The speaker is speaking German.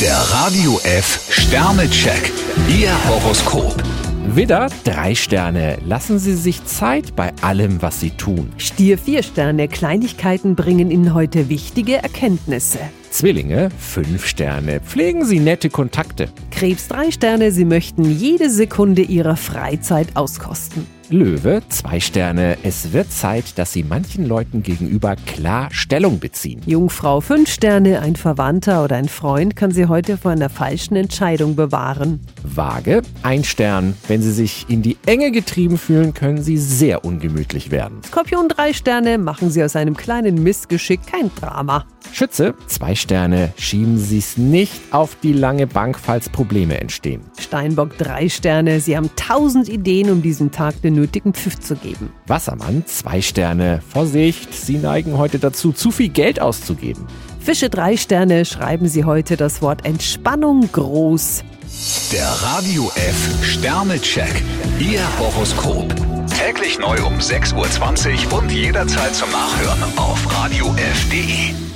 Der Radio F Sternecheck. Ihr Horoskop. Widder, drei Sterne. Lassen Sie sich Zeit bei allem, was Sie tun. Stier vier Sterne, Kleinigkeiten bringen Ihnen heute wichtige Erkenntnisse. Zwillinge, fünf Sterne. Pflegen Sie nette Kontakte. Krebs drei Sterne, Sie möchten jede Sekunde Ihrer Freizeit auskosten. Löwe, zwei Sterne. Es wird Zeit, dass Sie manchen Leuten gegenüber klar Stellung beziehen. Jungfrau fünf Sterne, ein Verwandter oder ein Freund kann Sie heute vor einer falschen Entscheidung bewahren. Waage, ein Stern. Wenn Sie sich in die Enge getrieben fühlen, können Sie sehr ungemütlich werden. Skorpion drei Sterne, machen Sie aus einem kleinen Missgeschick kein Drama. Schütze, zwei Sterne. Schieben Sie es nicht auf die lange Bank, falls Probleme entstehen. Steinbock drei Sterne, Sie haben tausend Ideen, um diesem Tag den nötigen Pfiff zu geben. Wassermann, zwei Sterne. Vorsicht, Sie neigen heute dazu, zu viel Geld auszugeben. Fische drei Sterne, schreiben Sie heute das Wort Entspannung groß. Der Radio F Sternecheck. Ihr Horoskop. Täglich neu um 6.20 Uhr und jederzeit zum Nachhören auf Radio radiof.de.